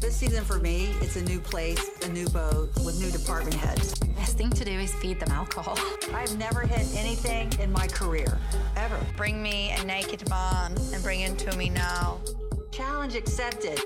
This season for me, it's a new place, a new boat with new department heads. Best thing to do is feed them alcohol. I've never hit anything in my career, ever. Bring me a naked man and bring him to me now. Challenge accepted.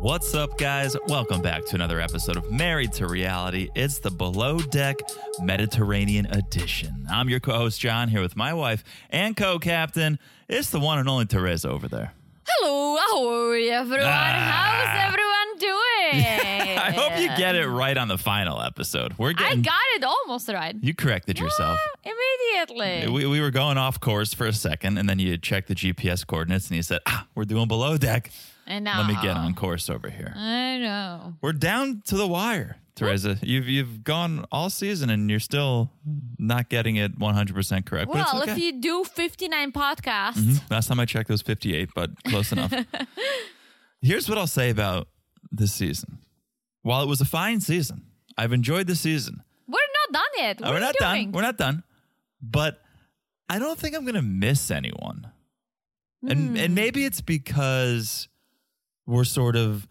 What's up, guys? Welcome back to another episode of Married to Reality. It's the Below Deck Mediterranean Edition. I'm your co host, John, here with my wife and co captain. It's the one and only Teresa over there. Hello, how are you, everyone? Ah. How's everyone doing? I hope you get it right on the final episode. We're I getting. got it almost right. you corrected yourself. Immediately. We, we were going off course for a second, and then you checked the GPS coordinates, and you said, ah, we're doing below deck. and now Let me get on course over here. I know. We're down to the wire, Teresa. You've you've gone all season and you're still not getting it 100% correct. but it's Well, if okay. Hmm? Mhm. you do 59 podcasts, Last time I checked, it was 58, but close enough. Here's what I'll say about this season. While it was a fine season, I've enjoyed the season. we're not done yet. Uh, What are We're you not doing? done. We're not done. But I don't think I'm going to miss anyone. Hmm. And and maybe it's because we're sort of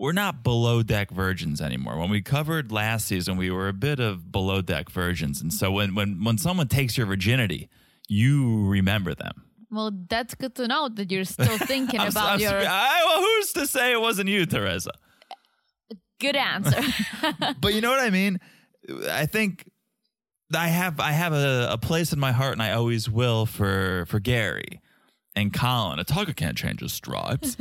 we're not below deck virgins anymore. When we covered last season, we were a bit of below deck virgins. And so when when when someone takes your virginity, you remember them. well, that's good to know that you're still thinking I'm s- about I'm s- your I- well, who's to say it wasn't you, Teresa? good answer. but you know what I mean? I think I have I have a, a place in my heart and I always will for for Gary and Colin. A tiger can't change his stripes.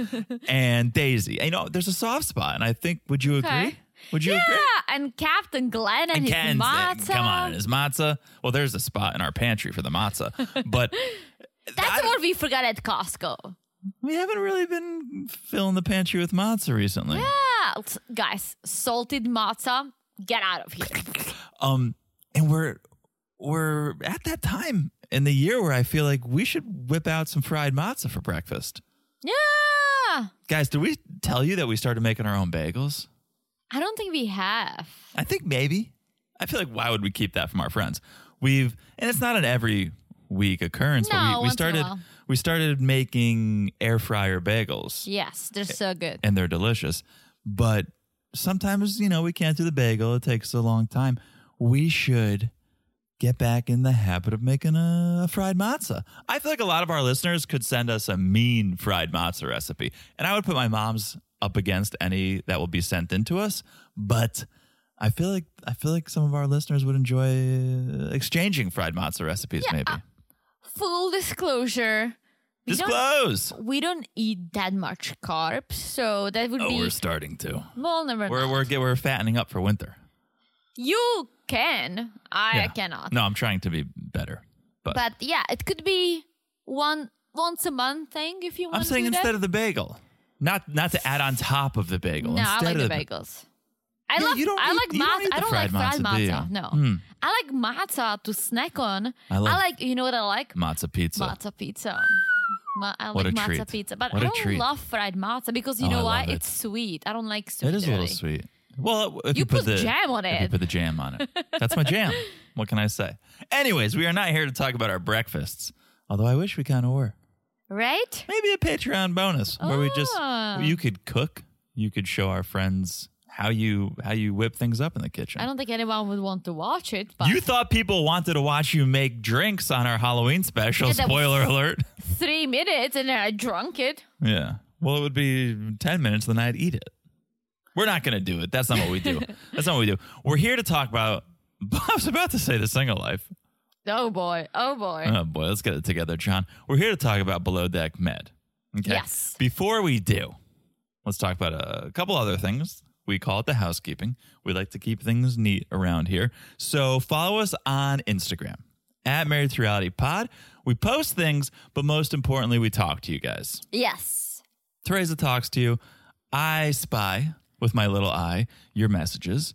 and Daisy. You know, there's a soft spot and I think would you agree? Okay. Would you agree? yeah, and Captain Glenn and, And his Ken's matzah. come on, his matzah. Well, there's a spot in our pantry for the matzah, but I That's don't- what we forgot at Costco. we haven't really been filling the pantry with matzah recently. Ah, s- guys, salted matzah, get out of here. Um, and we're we're at that time in the year where I feel like we should whip out some fried matzah for breakfast. yeah. Guys, did we tell you that we started making our own bagels? I don't think we have. I think maybe. I feel like why would we keep that from our friends? We've and it's not an every week occurrence, No, but we, we once in a started while. we started making air fryer bagels Yes, they're so good. and they're delicious. But sometimes, you know, we can't do the bagel. It takes a long time. We should get back in the habit of making a fried matzah. I feel like a lot of our listeners could send us a mean fried matzah recipe. And I would put my mom's up against any that will be sent in to us, but I feel like I feel like some of our listeners would enjoy uh, exchanging fried matzah recipes maybe. Full disclosure. uh, We don't, Disclose. we don't eat that much carbs, so that would Oh, we're be starting to. well, never We're mind. we're get- we're fattening up for winter. You can. I Yeah. cannot. No, I'm trying to be better. But, But yeah, it could be one once a month thing if you want I'm to saying do that. instead of the bagel. Not not to add on top of the bagel. No, instead I like of the the bagels. I Yeah, love you don't I eat- like you don't eat matzah. the I don't fried like fried matzo, do you? matzah. No. I like matzah to snack on. I love- like you know what I like? Matzo pizza. Matzo pizza. Ma- I What like a matzo treat. pizza, but What a I don't treat. love fried matzo because you Oh, I know why? love it. It's sweet. I don't like sweet. It is a little really. sweet. Well, if you, You put, put the jam on if you it. put the jam on it, that's my jam. What can I say? Anyways, we are not here to talk about our breakfasts. Although I wish we kind of were. right? Maybe a Patreon bonus where we just Ah. you could cook, you could show our friends how you how you whip things up in the kitchen. I don't think anyone would want to watch it, but you thought people wanted to watch you make drinks on our Halloween special. Yeah, that was- Spoiler alert. three minutes and then I drunk it. Yeah. Well, it would be 10 minutes, then I'd eat it. We're not going to do it. That's not what we do. That's not what we do. We're here to talk about. I was about to say the single life. Oh boy. Oh boy. Oh, boy. Let's get it together, John. We're here to talk about Below Deck Med. Okay. Yes. Before we do, let's talk about a couple other things. We call it the housekeeping. We like to keep things neat around here. So follow us on Instagram at Married to Reality Pod. We post things, but most importantly, we talk to you guys. Yes. Teresa talks to you. I spy with my little eye your messages,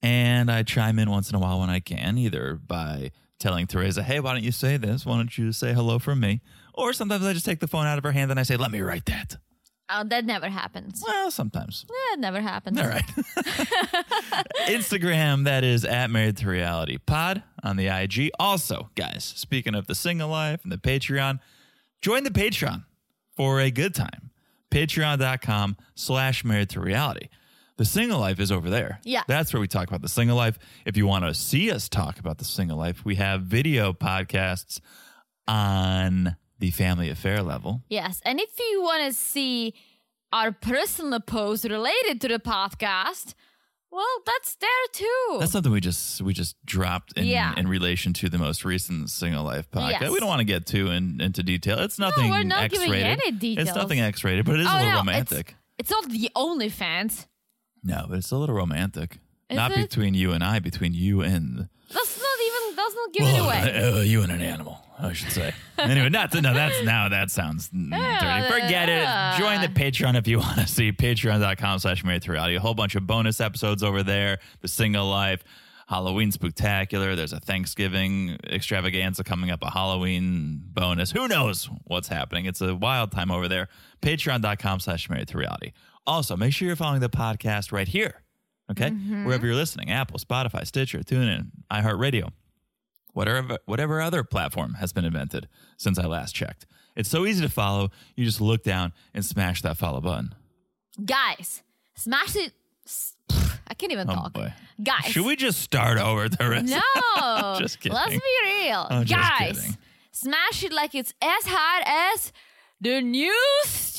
and I chime in once in a while when I can, either by telling Teresa, "Hey, why don't you say this? Why don't you say hello from me?" Or sometimes I just take the phone out of her hand and I say, "Let me write that." Oh, that never happens. Well, sometimes. That never happens. All right. Instagram, that is at Married to Reality Pod on the IG. Also, guys, speaking of the single life and the Patreon, join the Patreon for a good time. patreon.com slash married to reality. The single life is over there. Yeah. That's where we talk about the single life. If you want to see us talk about the single life, we have video podcasts on the family affair level. Yes. And if you want to see our personal posts related to the podcast, well, that's there too. That's something we just we just dropped in Yeah. in relation to the most recent single life podcast. Yes. We don't want to get too in, into detail. It's nothing we're not X giving rated. any It's details. nothing X rated, but it is a Oh, little no, it's- romantic. it's not the OnlyFans. No, but it's a little romantic. Is not it? between you and I, between you and That's not even. That's not giving Well, away. uh, uh, you and an animal, I should say. anyway, not to, no, that's now that sounds mm, dirty. Forget it. Join the Patreon if you want to see patreon.com slash married to reality. A whole bunch of bonus episodes over there. The single life, Halloween spectacular. There's a Thanksgiving extravaganza coming up, a Halloween bonus. Who knows what's happening? It's a wild time over there. Patreon.com slash married to reality. Also, make sure you're following the podcast right here. Okay, wherever you're listening, Apple, Spotify, Stitcher, TuneIn, iHeartRadio, whatever whatever other platform has been invented since I last checked. It's so easy to follow. You just look down and smash that follow button. Guys, smash it. s- pff, I can't even Oh, talk. boy. Guys. Should we just start over the rest? No. Just kidding. Let's be real. I'm just Guys, kidding. smash it like it's as hard as the new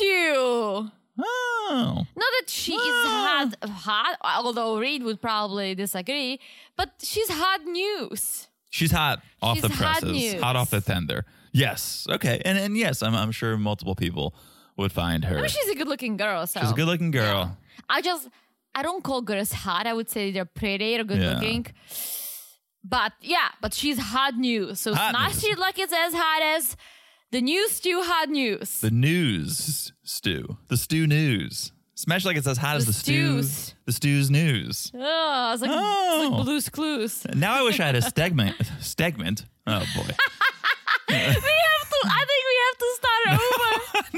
stew. Oh, Not that she is hot, hot, although Reed would probably disagree, but she's hot news. she's hot off She's the hot presses, news. hot, off the tender. Yes. Okay. And and yes, I'm I'm sure multiple people would find her. I mean, she's a good looking girl, so. She's a good-looking girl. I just, I don't call girls hot. I would say they're pretty or good Yeah. looking. But yeah, but she's hot news. So Hot smash news. it like it's as hot as the new stew hot news. The news stew. The stew news. Smash like it's as hot as The the stews. stews. The stews news. Oh, I was like, it's Oh. like Blue's Clues. Now I wish I had a segment. segment. Oh boy. We have to. I think we have to start over.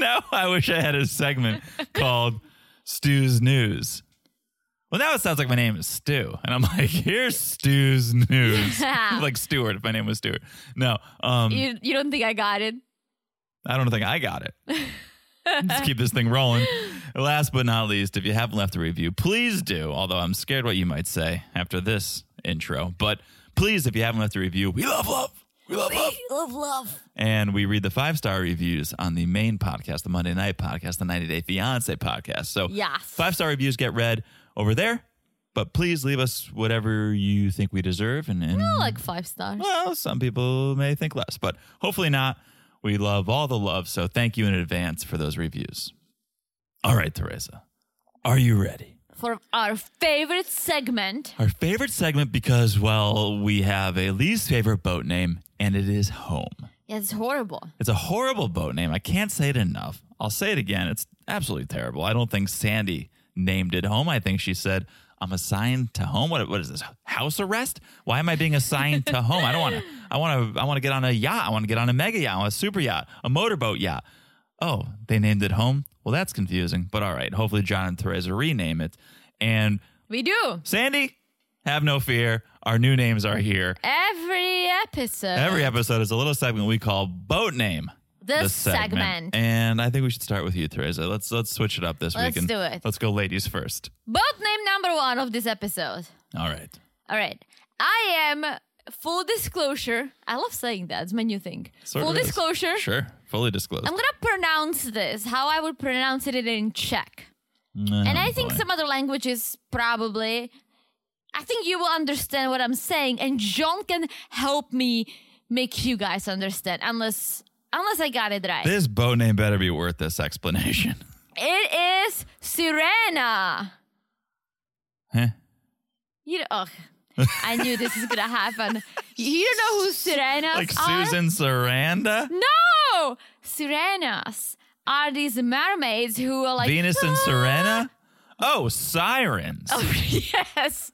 now I wish I had a segment called Stu's News. Well, now it sounds like my name is Stu, and I'm like, here's Stu's News. Yeah. like Stewart, if my name was Stewart. No, um, you, you don't think I got it? I don't think I got it. Let's keep this thing rolling. Last but not least, if you haven't left a review, please do. Although I'm scared what you might say after this intro, but please, if you haven't left a review, we love love. We love love. Love, love. and we read the five star reviews on the main podcast, the Monday Night Podcast, the 90 Day Fiance podcast. So, Yes. five star reviews get read over there, but please leave us whatever you think we deserve. And, and I like five stars. well, some people may think less, but hopefully not. We love all the love, so thank you in advance for those reviews. All right, Teresa, are you ready? For our favorite segment, Our favorite segment because, well, we have a least favorite boat name, and it is home. yeah, it's horrible. It's a horrible boat name. I can't say it enough. I'll say it again. It's absolutely terrible. I don't think Sandy named it home. I think she said, I'm assigned to home. What, what is this? House arrest? Why am I being assigned to home? I don't want to. I want to. I want to get on a yacht. I want to get on a mega yacht, I want a super yacht, a motorboat yacht. Oh, they named it home. Well, that's confusing. But all right. Hopefully, John and Theresa rename it. And We do Sandy, have no fear. Our new names are here. every episode. Every episode is a little segment we call boat name. This This segment. And I think we should start with you, Teresa. Let's let's switch it up this Let's week. and do it. Let's go ladies first. Both name number one of this episode. All right. All right. I am full disclosure. I love saying that. It's my new thing. Sort full of is. disclosure. Sure. Fully disclosed. I'm gonna pronounce this how I would pronounce it in Czech. Mm, oh, and I think some other languages probably. I think you will understand what I'm saying, and John can help me make you guys understand, unless unless I got it right. this boat name better be worth this explanation. it is Sirena. Huh? You know, ugh, I knew this is gonna happen. You don't know who Sirenas like are? Susan Saranda? No, Oh, Sirenas are these mermaids who are like Venus and Serena? Oh, sirens. Oh. yes.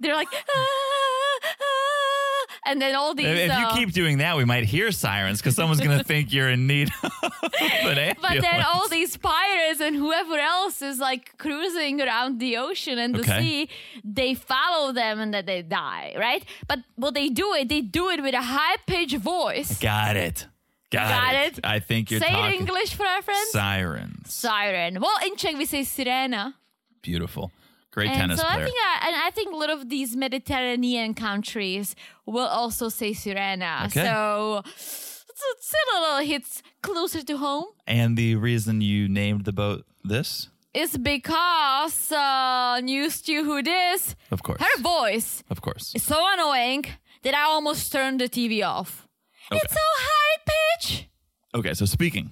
They're like, "Ah, ah," and then all these. If you uh, keep doing that, we might hear sirens because someone's going to think you're in need of an ambulance. but then all these pirates and whoever else is like cruising around the ocean and the Okay. sea, they follow them and then they die, right? But what they do it, they do it with a high pitched voice. Got it. Got, Got it. it. I think you're say it talking in English for our friends. sirens. Siren. Well, in Czech we say sirena. Beautiful. Great And tennis so player. I think I, and I think a lot of these Mediterranean countries will also say sirena. Okay. So it's, it's a little hits closer to home. and the reason you named the boat this, It's because uh, news to who this of course, her voice of course. is so annoying that I almost turned the TV off. It's so high pitch. Okay, so speaking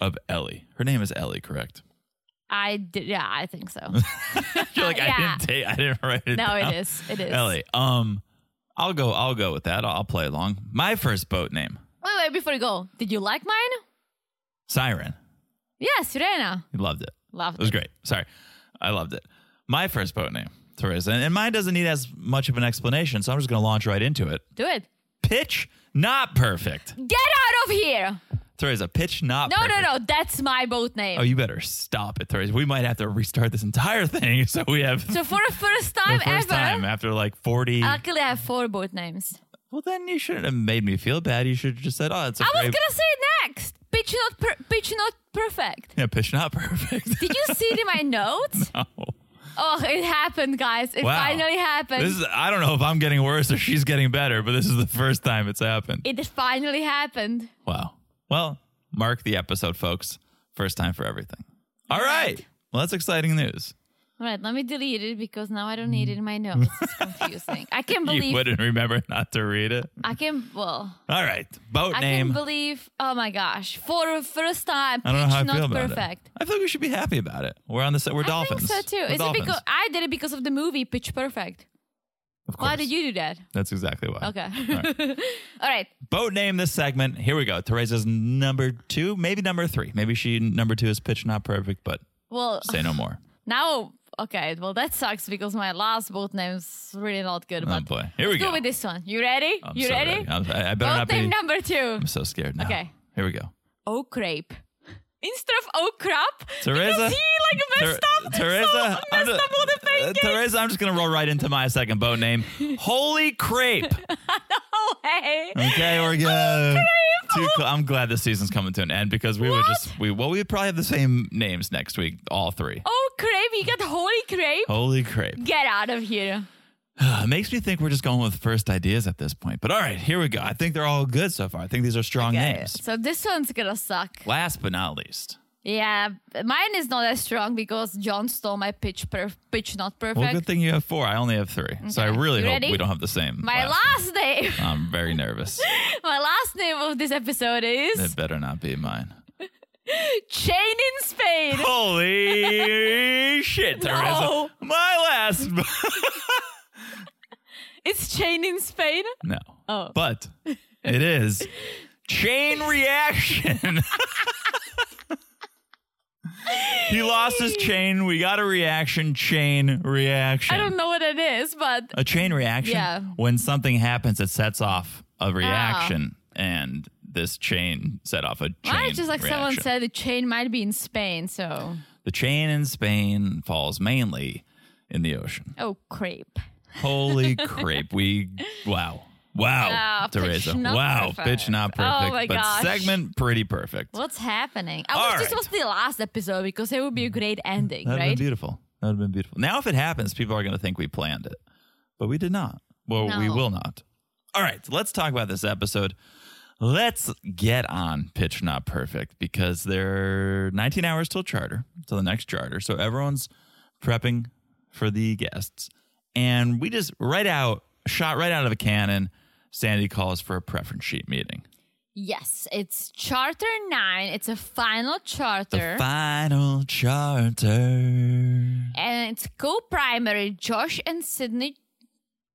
of Ellie, her name is Ellie, correct? I did, yeah, I think so. You're like I Uh, Yeah. didn't take, I didn't write it. No, down. it is. It is. Ellie. Um, I'll go. I'll go with that. I'll play along. My first boat name, Wait, wait, before you go, did you like mine? Siren. Yeah, Sirena. You loved it. Loved It was great. Sorry. I loved it. My first boat name, Teresa. And and mine doesn't need as much of an explanation, so I'm just going to launch right into it. Do it. Pitch not perfect. Get out of here. Teresa, pitch not No, perfect. no, no. That's my boat name. Oh, you better stop it, Teresa. We might have to restart this entire thing. So we have so for the first the time first ever, Uh, time after like 40. luckily I have four boat names. well, then you shouldn't have made me feel bad. You should have just said, oh, it's a I was great. gonna say it next. Pitch not, per- pitch not perfect. yeah, pitch not perfect. Did you see it in my notes? No. Oh, it happened, guys. It Wow. finally happened. This is, I don't know if I'm getting worse or she's getting better, but this is the first time it's happened. it finally happened. Wow. Well, mark the episode, folks. First time for everything. All right. Well, that's exciting news. All right, let me delete it because now I don't need it in my notes. It's confusing. I can You believe. wouldn't remember not to read it. I can. Well, All right. Boat I name. can believe. Oh my gosh! For the first time, I don't know how I pitch feel not about perfect. it. I feel like we should be happy about it. We're on the set. We're I think dolphins. so too. We're Is it dolphins. because I did it because of the movie Pitch Perfect? Of course. Why did you do that? That's exactly why. Okay. All right. All right. Boat name this segment. Here we go. Teresa's number two, maybe number three. Maybe she number two is pitch not perfect, but Well, say no more. now okay. Well, that sucks because my last boat name is really not good. Oh But boy. Here we let's go. go with this one. You ready? I'm you so ready? I'm, I I better Boat not be. name number two. I'm so scared now. Okay. Here we go. oak rape. Instead of oak crap, Teresa, because he like messed Ter- up. Teresa, so I'm messed just, up all the uh, pancakes. Teresa, I'm just gonna roll right into my second boat name. Holy crepe. oh, hey. Okay, we're good. Too cl- I'm glad this season's coming to an end because we would just we well we would probably have the same names next week, all three. Oh, crepe. You got holy crepe. Holy crepe. Get out of here. It makes me think we're just going with first ideas at this point. But all right, here we go. I think they're all good so far. I think these are strong Okay, names. So this one's gonna suck. Last but not least, Yeah, mine is not as strong because John stole my pitch per- pitch not perfect. well, good thing you have four. I only have three, so I really You hope ready? we don't have the same. my name. last name, I'm very nervous. my last name of this episode is It better not be mine. Chain in Spain. Holy shit, Teresa. No. My last. It's Chain in Spain. no. Oh. But it is chain reaction. he lost his chain. We got a reaction. Chain reaction. I don't know what it is, but A chain reaction. Yeah. When something happens, it sets off a reaction. And this chain set off a chain. Ah. Why? Just like someone reaction. said, the chain might be in Spain, so The chain in Spain falls mainly in the ocean. oh crepe. Holy crap! We wow. Wow, Wow, pitch Teresa. not wow, perfect. bitch, not Oh perfect, my but gosh. segment pretty perfect. What's happening? I All wish this right. was the last episode because it would be a great ending, That'd have been right? beautiful. That'd have been beautiful. Now, if it happens, people are going to think we planned it, but we did not. Well, we No. will not. All right, let's talk about this episode. Let's get on pitch not perfect because there are 19 hours till charter, till the next charter. So everyone's prepping for the guests, and we just right out shot right out of a cannon. Sandy calls for a preference sheet meeting. yes, it's Charter Nine. It's a final The charter, final charter. and it's co-primary Josh and Sydney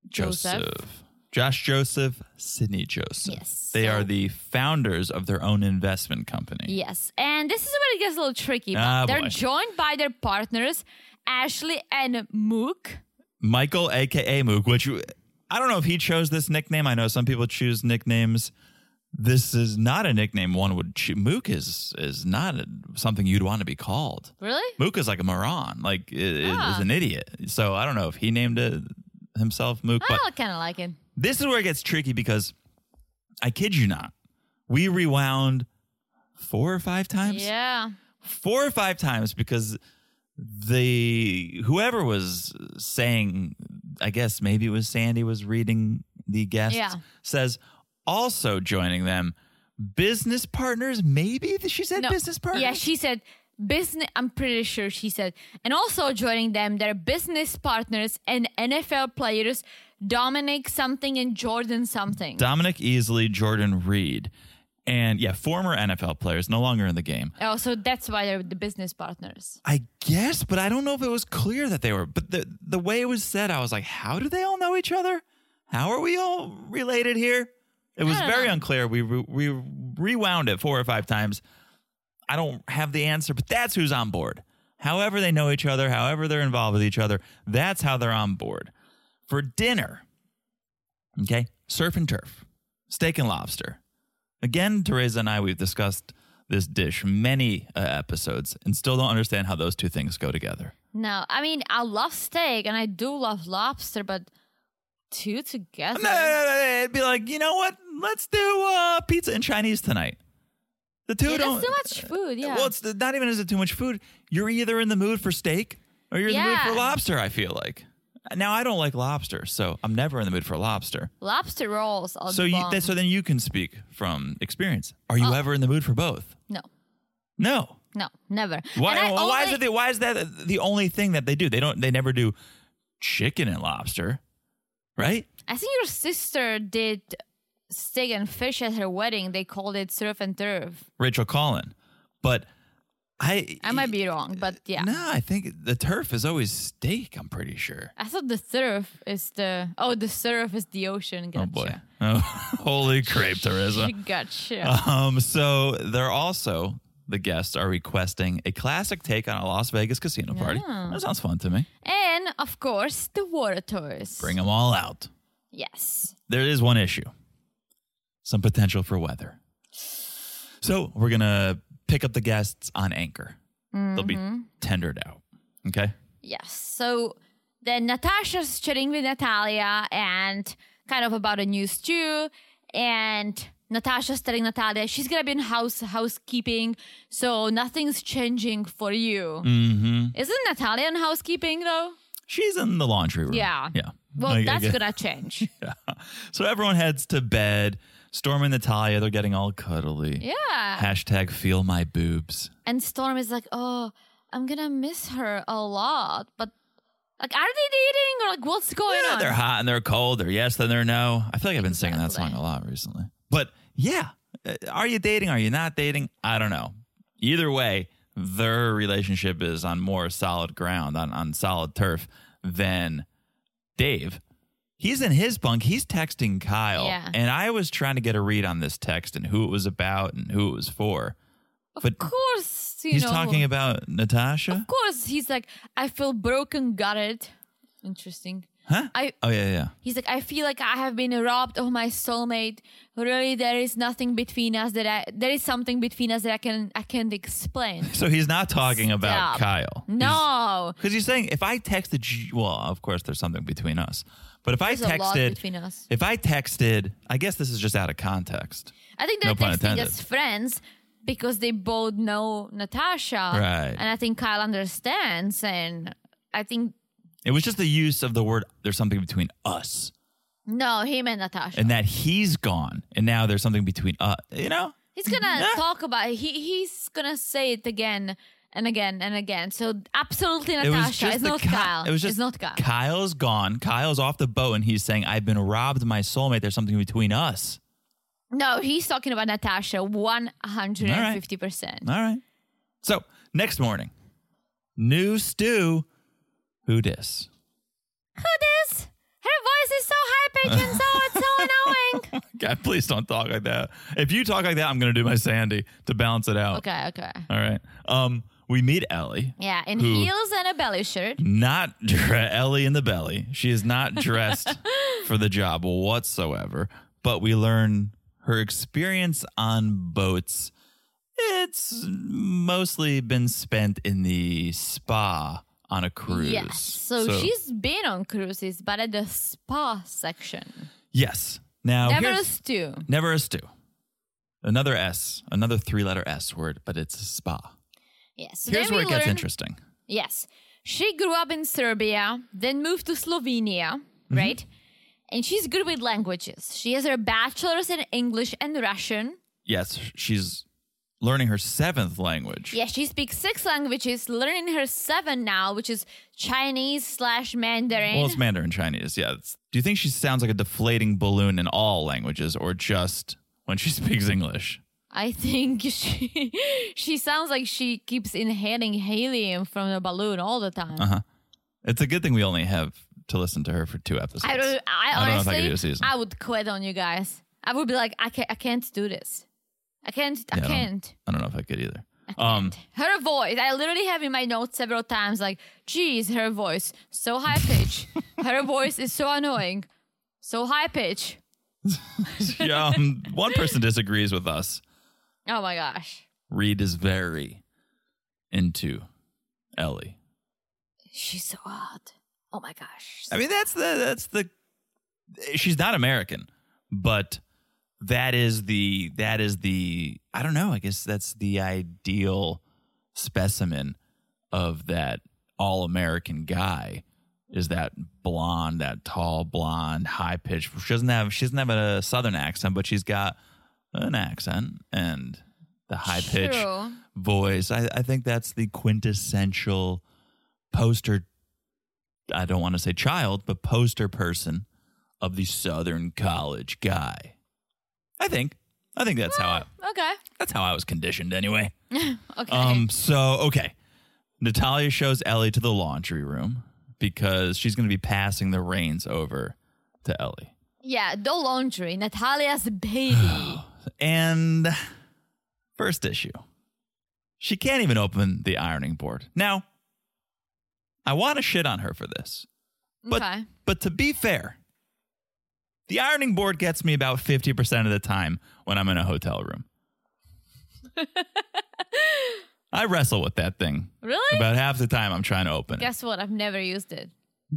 Joseph. Josh Joseph, Sydney Joseph. Yes. They So- are the founders of their own investment company. Yes, and this is where it gets a little tricky. But Ah, they're boy. joined by their partners Ashley and Mook. Michael, aka Mook, which you- I don't know if he chose this nickname. I know some people choose nicknames. This is not a nickname one would choose. Mook is is not a, something you'd want to be called. Really? Mook is like a moron, like i- i- Ah. is an idiot. So I don't know if he named it himself Mook, but I kind of like it. this is where it gets tricky because I kid you not, we rewound four or five times. Yeah. Four or five times because the whoever was saying, I guess maybe it was Sandy was reading the guests Yeah. says also joining them business partners. Maybe she said No. business partners. Yeah, she said business. I'm pretty sure she said, and also joining them, their business partners and NFL players, Dominic something and Jordan something. Dominic Easley, Jordan Reed, and yeah, former NFL players, no longer in the game. oh, so that's why they're the business partners. I guess, but I don't know if it was clear that they were. But the the way it was said, I was like, how do they all know each other? How are we all related here? It was don't very know. unclear. We re- we rewound it four or five times. I don't have the answer, but that's who's on board. However they know each other, however they're involved with each other, that's how they're on board. For dinner, okay, surf and turf, steak and lobster. Again, Teresa and I, we've discussed this dish many uh, episodes and still don't understand how those two things go together. No, I mean I love steak and I do love lobster, but two together. No, no, no, no, it'd be like, you know what? Let's do uh, pizza and Chinese tonight. The two Yeah, don't. that's too much food. Yeah. Well, it's not even is it too much food. You're either in the mood for steak or you're in the mood for Yeah. lobster. I feel like. Now I don't like lobster, so I'm never in the mood for lobster. lobster rolls. Are So Oh, the you, bomb. Oh. that, so then you can speak from experience. Are you ever in the mood for both? no, No. no, never. Why? And I why is only- it? The, why is that the only thing that they do? They don't. They never do chicken and lobster, right? I think your sister did steak and fish at her wedding. They called it surf and turf. Rachel Collin, but I. I might be wrong, but yeah. No, I think the turf is always steak. I'm pretty sure. I thought the surf is the oh the surf is the ocean. Gotcha. Oh boy! Oh, holy crap, Teresa. Gotcha. Um, so they're also the guests are requesting a classic take on a Las Vegas casino party. That sounds fun to me. and of course the water tours. Bring them all out. yes. There is one issue: some potential for weather. So we're gonna pick up the guests on anchor. They'll be Mm-hmm. tendered out. Okay. Yes. So then Natasha's chatting with Natalia and kind of about a new stew. And Natasha's telling Natalia she's gonna be in house housekeeping, so nothing's changing for you. Mm-hmm. Isn't Natalia in housekeeping though? She's in the laundry room. Yeah. Yeah. Well, I- I that's guess- gonna change. So everyone heads to bed. Storm and Natalia, they're getting all cuddly. yeah. Hashtag feel my boobs. And Storm is like, oh, I'm gonna miss her a lot. But like, are they dating or like what's going Yeah, on? Oh, they're hot and they're cold. They're yes, then they're no. I feel like I've been singing that song Exactly. a lot recently. But yeah, uh, are you dating? Are you not dating? I don't know. Either way, their relationship is on more solid ground, on, on solid turf than Dave. He's in his bunk. He's texting Kyle. Yeah. And I was trying to get a read on this text and who it was about and who it was for. of course, you He's know. talking about Natasha? Of course, he's like, I feel broken, gutted. Interesting. Huh? I- oh, yeah, yeah. He's like, I feel like I have been robbed of my soulmate. Really, there is nothing between us that I there is something between us that I can I can't explain. So he's not talking about Stop. Kyle. No, Because you're saying if I texted you, well, of course there's something between us. But if I There's a lot between texted, us. if I texted, I guess this is just out of context. I think they're No pun texting intended. as friends because they both know Natasha, Right. And I think Kyle understands, and I think It was just the use of the word "there's something between us" no, him and Natasha. and that he's gone, and now there's something between us. You know, He's gonna Yeah. talk about it. he. He's gonna say it again and again and again. So absolutely, it was Natasha. just It's the not Ky- Kyle. It was just it's not Kyle. Kyle's gone. Kyle's off the boat, and he's saying, "I've been robbed, of my soulmate. There's something between us." No, he's talking about Natasha. One hundred and fifty percent. All right. So next morning, new stew. Who dis? Who this? Her voice is so high pitched and so it's so annoying. God, please don't talk like that. If you talk like that, I'm going to do my Sandy to balance it out. Okay, okay. All right. Um, we meet Ellie. Yeah, in Who- heels and a belly shirt. Not dre- Ellie in the belly. She is not dressed for the job whatsoever. But we learn her experience on boats. It's mostly been spent in the spa on a cruise. Yes. So, she's been on cruises, but at the spa section. yes. Now Never a Oh, here's- stew. never a stew. Another S, another three letter S word, but it's spa. Yes. So Here's then where we it gets learn- interesting. Yes. She grew up in Serbia, then moved to Slovenia, Mm-hmm. right? And she's good with languages. She has her bachelor's in English and Russian. Yes, she's learning her seventh language. Yeah, she speaks six languages, learning her seven now, which is Chinese slash Mandarin. Well, it's Mandarin Chinese. Yeah. It's- do you think she sounds like a deflating balloon in all languages or just when she speaks English? I think she she sounds like she keeps inhaling helium from the balloon all the time. Uh, It's a good thing we only have to listen to her for two episodes. I don't. I I don't know if I honestly, could do a season. I would quit on you guys. I would be like, I can't. I can't do this. I can't. I Yeah, I don't- can't. I don't know if I could either. Um, Her voice. I literally have in my notes several times. Like, geez, her voice so high pitch. her voice is so annoying, so high pitch. yeah, um, one person disagrees with us. Oh my gosh, Reed is very into Ellie. she's so hot. Oh my gosh. I mean, that's the that's the she's not American, but that is the that is the I don't know, I guess that's the ideal specimen of that all American guy is that blonde, that tall blonde, high pitched. She doesn't have she doesn't have a southern accent, but she's got an accent and the high pitch True. voice. I, I think that's the quintessential poster. I don't want to say child, but poster person of the Southern college guy. I think. I think that's how I. Okay. That's how I was conditioned anyway. Okay. Um. So okay, Natalia shows Ellie to the laundry room because she's going to be passing the reins over to Ellie. yeah, the laundry. Natalia's baby. And first issue, she can't even open the ironing board. Now, I want to shit on her for this, but okay. but to be fair, the ironing board gets me about fifty percent of the time when I'm in a hotel room. I wrestle with that thing Really? about half the time I'm trying to open it. Guess what? I've never used it.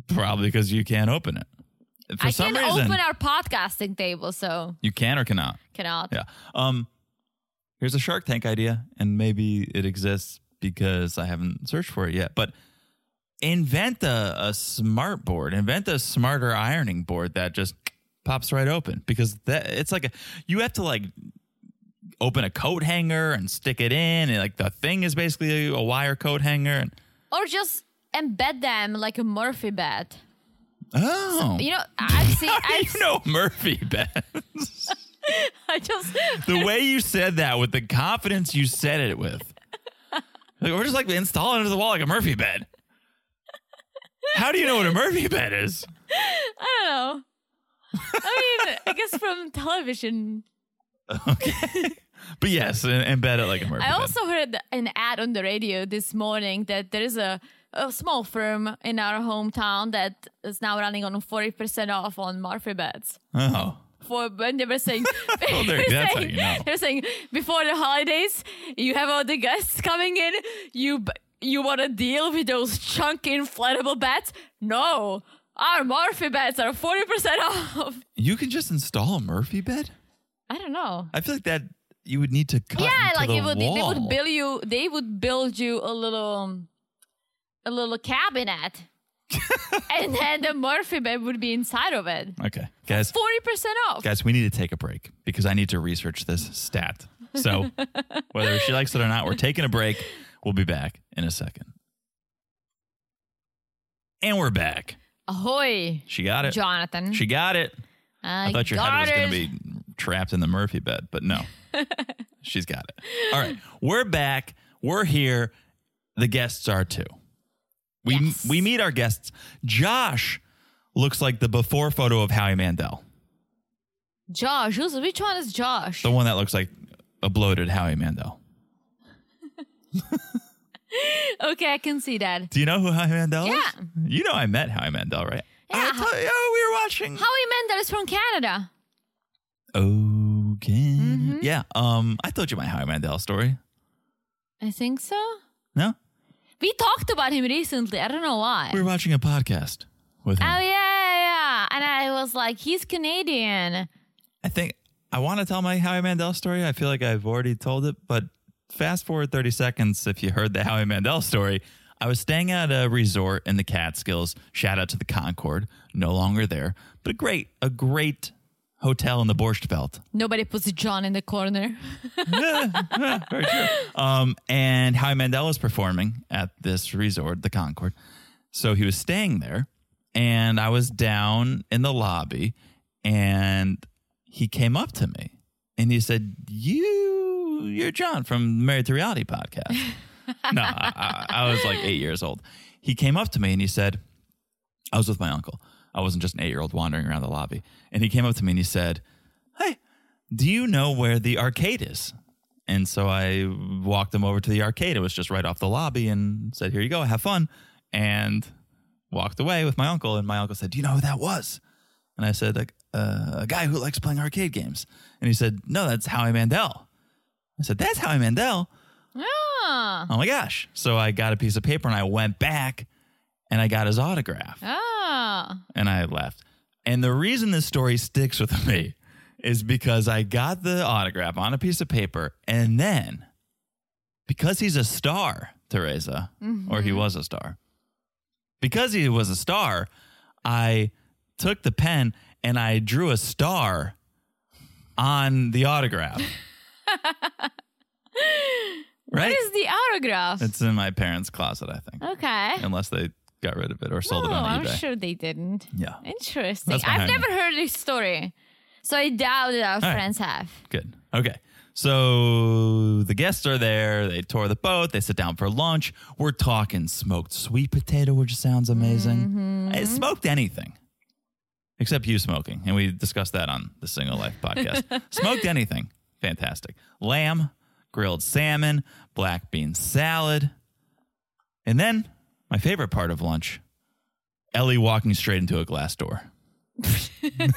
Probably because you can't open it. For I some can reason, open our podcasting table, so you can or cannot. cannot. Yeah. Um, here's a Shark Tank idea, and maybe it exists because I haven't searched for it yet. But invent a, a smart board, invent a smarter ironing board that just pops right open because that it's like a you have to like open a coat hanger and stick it in, and like the thing is basically a wire coat hanger. And Or just embed them like a Murphy bed. oh, You know, I've seen. How I've, do you know Murphy beds? I just. the way you said that with the confidence you said it with. Like, we're just like installing it into the wall like a Murphy bed. How do you know what a Murphy bed is? I don't know. Oh. I mean, I guess from television. But yes, and, and bed it like a Murphy I bed. also heard an ad on the radio this morning that there is a, a small firm in our hometown that is now running on 40% off on Murphy beds. oh. for when they were saying, Well, there- they were Oh, that's how saying- you know. they were saying before the holidays, you have all the guests coming in, you b- you want to deal with those chunky inflatable beds? No, our Morphe beds are forty percent off. You can just install a Murphy bed? I don't know. I feel like that you would need to cut yeah, into like the it would, they wall. would build you, they would build you a little, um, a little cabinet, and then the Morphe bed would be inside of it. Okay, guys. Forty percent off. Guys, we need to take a break because I need to research this stat. So, whether she likes it or not, we're taking a break. We'll be back in a second. And we're back. Ahoy, She got it. Jonathan. She got it. I, thought your head was got going to it. be trapped in the Murphy bed, but no. She's got it. All right. We're back. We're here. The guests are too. We Yes. we meet our guests. Josh looks like the before photo of Howie Mandel. Josh, who's which one is Josh? The one that looks like a bloated Howie Mandel. okay, I can see that. Do you know who Howie Mandel is? Yeah. You know I met Howie Mandel, right? Yeah. I told you, oh, we were watching. Howie Mandel is from Canada. okay. Mm-hmm. Yeah. Um, I told you my Howie Mandel story. I think so. No? We talked about him recently. I don't know why. We were watching a podcast with him. oh yeah, yeah. And I was like, he's Canadian. I think I want to tell my Howie Mandel story. I feel like I've already told it, but fast forward 30 seconds if you heard the Howie Mandel story. I was staying at a resort in the Catskills. Shout out to the Concord, no longer there, but a great, a great hotel in the Borscht Belt. Nobody puts John in the corner. Very true. Um, and Howie Mandel was performing at this resort, the Concord. So he was staying there, and I was down in the lobby, and he came up to me and he said, "You, you're John from Married to Reality podcast." no, I, I, I was like eight years old. He came up to me and he said, "I was with my uncle. I wasn't just an eight-year-old wandering around the lobby." And he came up to me and he said, "Hey." do you know where the arcade is? And so I walked him over to the arcade. It was just right off the lobby and said, Here you go, have fun. And walked away with my uncle. And my uncle said, Do you know who that was? And I said, like, uh, A guy who likes playing arcade games. And he said, No, that's Howie Mandel. I said, That's Howie Mandel. Ah, Oh my gosh. So I got a piece of paper and I went back and I got his autograph ah. and I left. And the reason this story sticks with me is because I got the autograph on a piece of paper, and then because he's a star, Teresa, or Mm-hmm. he was a star, because he was a star, I took the pen and I drew a star on the autograph. What right? is the autograph? it's in my parents' closet, I think, okay. unless they got rid of it or sold No, it on I'm eBay. sure they didn't. Yeah, Interesting. That's I've behind never heard this story. So I doubt that our right. friends have. Good. Okay. So the guests are there. They tour the boat. They sit down for lunch. We're talking smoked sweet potato, which sounds amazing. I smoked anything except you smoking. And we discussed that on the Single Life podcast. smoked anything. Fantastic. Lamb, grilled salmon, black bean salad. And then my favorite part of lunch Ellie walking straight into a glass door.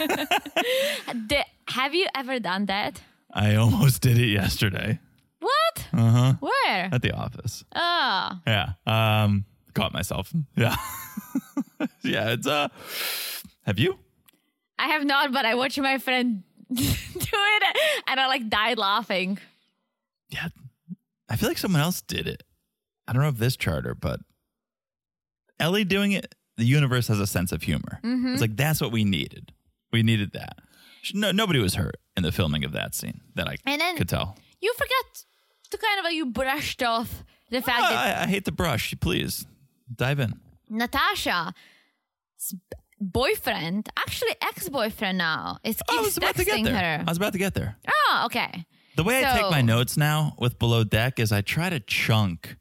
The- have you ever done that? I almost did it yesterday What? Uh-huh. Where? at the office. Oh. Yeah. Um caught myself. Yeah. yeah, it's uh have you? I have not, but I watched my friend do it and I like died laughing. Yeah. I feel like someone else did it. I don't know if this charter, but Ellie doing it, the universe has a sense of humor. Mm-hmm. It's like that's what we needed. We needed that. Sh- No, nobody was hurt in the filming of that scene that I And then- could tell. You forgot to kind of like you brushed off the fact that Oh, Ah, I, I hate the brush. Please dive in. Natasha's b- boyfriend, actually ex-boyfriend now, is Oh, I keeps was about to get texting there. her. I was about to get there. Oh, okay. The way I take So- my notes now with Below Deck is I try to chunk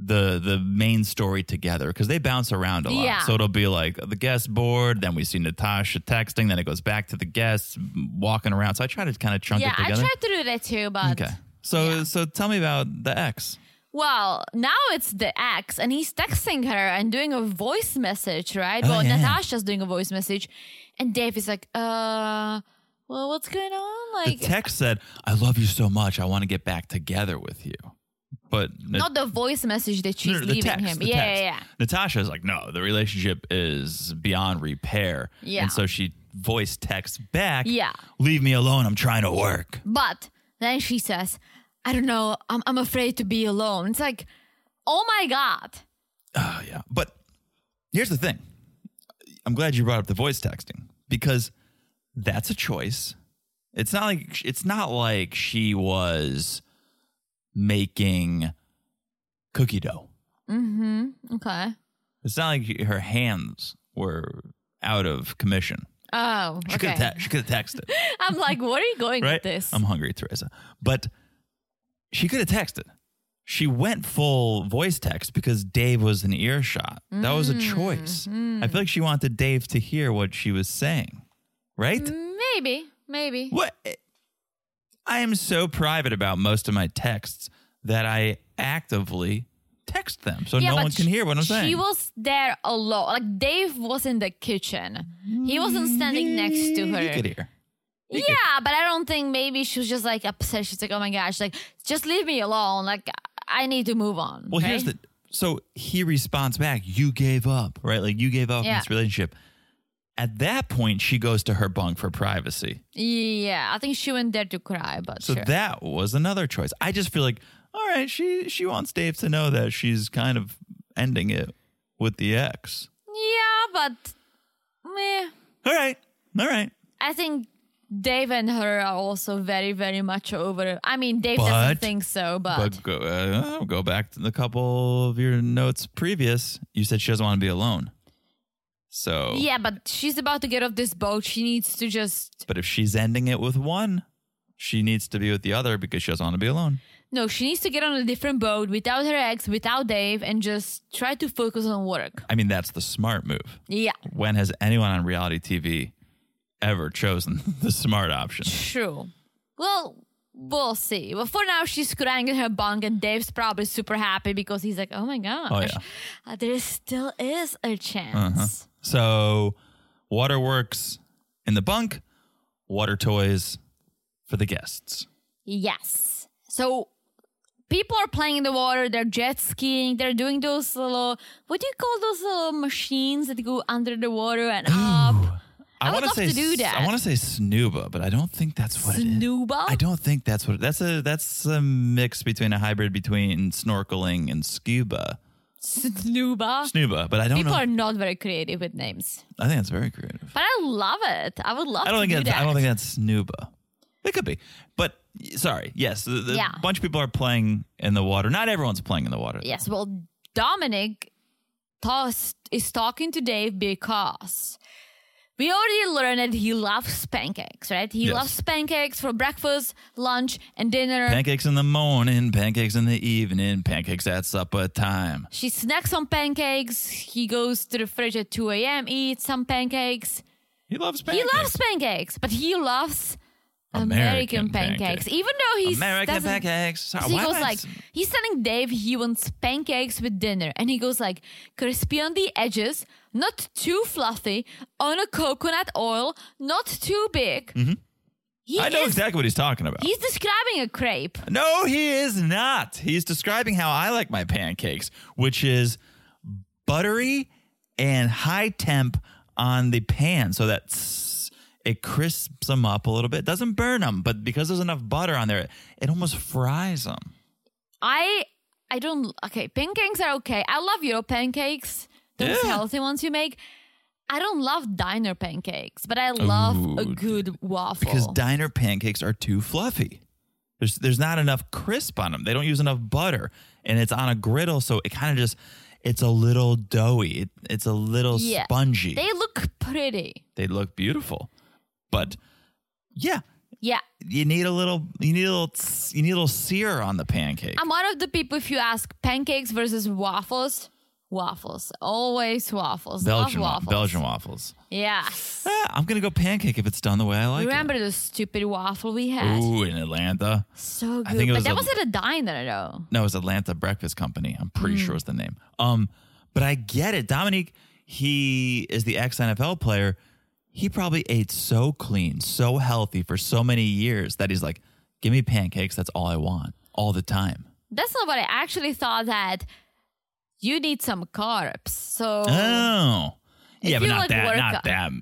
the the main story together because they bounce around a lot. Yeah. So it'll be like the guest board, then we see Natasha texting, then it goes back to the guests m- walking around. So I try to kind of chunk Yeah, it I together. tried to do that too, but okay. So so tell me about the ex. well, now it's the ex, and he's texting her and doing a voice message, right? Oh, well, yeah. Natasha's doing a voice message, and Dave is like, "Uh, well, what's going on?" The Like, text said, "I love you so much. I want to get back together with you." But not the voice message that she's No, no, leaving text, him. the Yeah, text. yeah, yeah. Natasha is like, no, the relationship is beyond repair. Yeah. And so she voice texts back. Yeah. Leave me alone. I'm trying to work. But then she says, "I don't know. I'm I'm afraid to be alone." It's like, oh my god. Oh yeah. But here's the thing. I'm glad you brought up the voice texting because that's a choice. It's not like it's not like she was making cookie dough. Okay. It's not like her hands were out of commission. Oh, She could okay. have te- she could have texted. I'm like, where are you going right? with this? I'm hungry, Teresa. But she could have texted. She went full voice text because Dave was an earshot. That was Mm-hmm. a choice. I feel like she wanted Dave to hear what she was saying, right? Mm. maybe, maybe. What? I am so private about most of my texts that I actively text them so no but one can sh- hear what I'm she saying. was there alone. Like Dave was in the kitchen. He wasn't standing next to Mm, You could hear. her. Yeah, but I don't think maybe she was just like upset. She's like, oh my gosh, like just leave me alone. Like I need to move on. Well, here's right? the so he responds back, you gave up, right? Like you gave up in Yeah. this relationship. At that point, she goes to her bunk for privacy. Yeah, I think she went there to cry, but So sure. that was another choice. I just feel like, all right, she she wants Dave to know that she's kind of ending it with the ex. yeah, but meh. All right, all right. I think Dave and her are also very, very much over. I mean, Dave But- doesn't think so, but, But go, uh, go back to the couple of your notes previous. You said she doesn't want to be alone. So yeah, but she's about to get off this boat. She needs to just But if she's ending it with one, she needs to be with the other because she doesn't want to be alone. no. She needs to get on a different boat without her ex, without Dave, and just try to focus on work. I mean, that's the smart move. Yeah, When has anyone on reality TV ever chosen the smart option? true. Well, we'll see. But for now, she's crying in her bunk, and Dave's probably super happy because he's like, "Oh my gosh, yeah. Uh-huh. uh, there still is a chance." So, waterworks in the bunk, water toys for the guests. Yes. So people are playing in the water, they're jet skiing, they're doing those little what do you call those little machines that go under the water and up? I would wanna love say to do s- I that. want to say snooba, but I don't think that's what it is. Snooba? I don't think that's what that's a that's a mix between a hybrid between snorkeling and scuba. Snooba. Snooba, but I don't People know. are not very creative with names. I think that's very creative. But I love it. I would love I don't to think do that's, that. I don't think that's Snooba. It could be, but y- sorry, yes, the, the Yeah. bunch of people are playing in the water. Not everyone's playing in the water. Yes, well, Dominic tossed, is talking to Dave because we already learned that he loves pancakes, right? He Yes. loves pancakes for breakfast, lunch, and dinner. Pancakes in the morning, pancakes in the evening, pancakes at supper time. She snacks on pancakes. He goes to the fridge at 2 a.m., eats some pancakes. He loves pancakes. He loves pancakes, but he loves American American, pancakes. pancakes. Even though he's American doesn't- pancakes. Sorry, So he why goes am I like, s- he's telling Dave he wants pancakes with dinner, and he goes like, crispy on the edges, not too fluffy, on a coconut oil, not too big. He Mm-hmm. I know is- exactly what he's talking about. He's describing a crepe. no, he is not. He's describing how I like my pancakes, which is buttery and high temp on the pan, so that s- it crisps them up a little bit. Doesn't burn them, but because there's enough butter on there, it almost fries them. I I don't okay. Pancakes are okay. I love your pancakes. Those Yeah. healthy ones you make. I don't love diner pancakes, but I love a Ooh, good waffle. because diner pancakes are too fluffy. There's there's not enough crisp on them. They don't use enough butter, and it's on a griddle, so it kind of just it's a little doughy. It, it's a little Yeah. spongy. they look pretty. They look beautiful, but yeah, Yeah. you need a little you need a little tss- you need a little sear on the pancake. I'm one of the people if you ask pancakes versus waffles. Waffles. Always waffles. Belgian Love waffles. waffles. Belgian waffles. Yes. Ah, I'm gonna go pancake if it's done the way I like Remember the stupid waffle we it. had? Ooh, in Atlanta. So I good. think it But was that a- was at a diner though. No, it's Atlanta Breakfast Company. I'm pretty Mm. sure was the name. Um, but I get it. Dominique, he is the ex NFL player. He probably ate so clean, so healthy for so many years that he's like, give me pancakes. That's all I want all the time. That's not what I actually thought that you need some carbs. So Oh, yeah, If but you, not like, that. work Not out- that.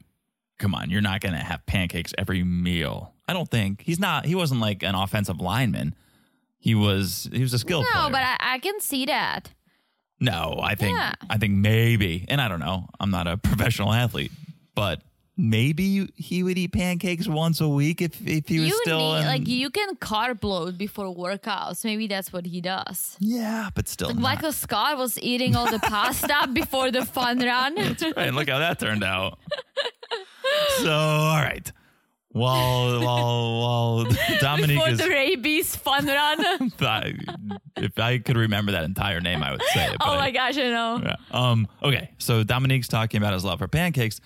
Come on, you're not gonna have pancakes every meal. I don't think he's not. He wasn't like an offensive lineman. He was. He was a skill no, player. but I, I can see that. No, I think Yeah. I think maybe, and I don't know. I'm not a professional athlete, but maybe he would eat pancakes once a week if if he was you still need in- like you can carb load before workouts. Maybe that's what he does. yeah, but still Like not. Michael Scott was eating all the pasta before the fun run. Right, look how that turned out. so all right, while while while Dominique Before is the rabies fun run. I- if I could remember that entire name, I would say it. but oh I- my gosh, I know. Yeah. Um, okay. So Dominique's talking about his love for pancakes.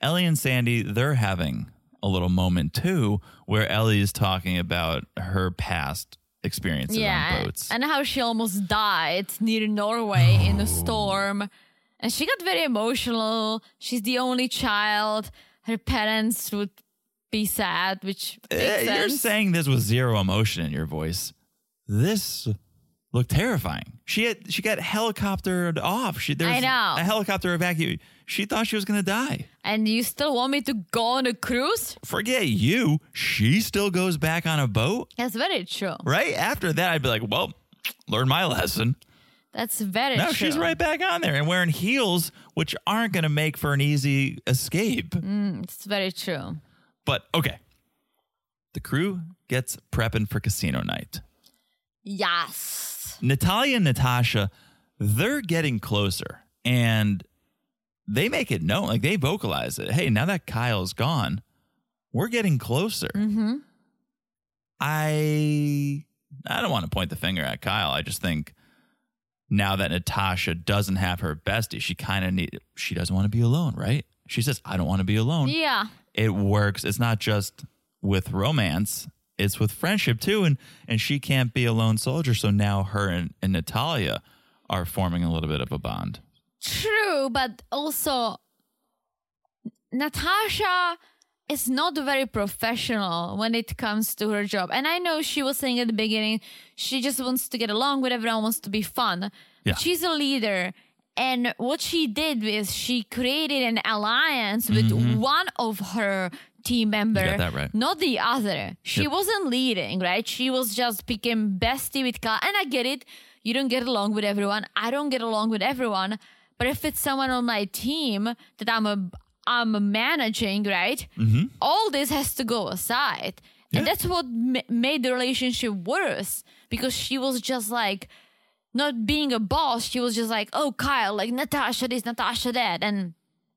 Ellie and Sandy, they're having a little moment too, where Ellie is talking about her past experiences on Yeah. boats. And how she almost died near Norway in a storm. And she got very emotional. She's the only child. Her parents would be sad, which Eh, makes You're sense. saying this with zero emotion in your voice. This looked terrifying. She had she got helicoptered off. She there I was know. a helicopter evacuation. She thought she was gonna die. And you still want me to go on a cruise? Forget you. She still goes back on a boat. That's very true. Right after that, I'd be like, well, learn my lesson. That's very Now true. she's right back on there and wearing heels, which aren't gonna make for an easy escape. It's very true. But okay, the crew gets prepping for casino night. Yes. Natalia and Natasha, they're getting closer and they make it known. Like they vocalize it. Hey, now that Kyle's gone, we're getting closer. Mm-hmm. I I don't want to point the finger at Kyle. I just think now that Natasha doesn't have her bestie, she kind of need she doesn't want to be alone, right? She says, I don't want to be alone. Yeah. It works. It's not just with romance, it's with friendship too. And and she can't be a lone soldier. So now her and, and Natalia are forming a little bit of a bond. True, but also Natasha is not very professional when it comes to her job. And I know she was saying at the beginning she just wants to get along with everyone, wants to be fun. Yeah. She's a leader. And what she did is she created an alliance with one of her team member, Mm-hmm. that right. not the other. She Yep. wasn't leading, right? She was just picking bestie with Kyle. And I get it. You don't get along with everyone. I don't get along with everyone. But if it's someone on my team that I'm a I'm managing, right? All this has to go aside, and Mm-hmm. Yeah. that's what ma- made the relationship worse because she was just like not being a boss. She was just like, oh Kyle, like Natasha this, Natasha that, and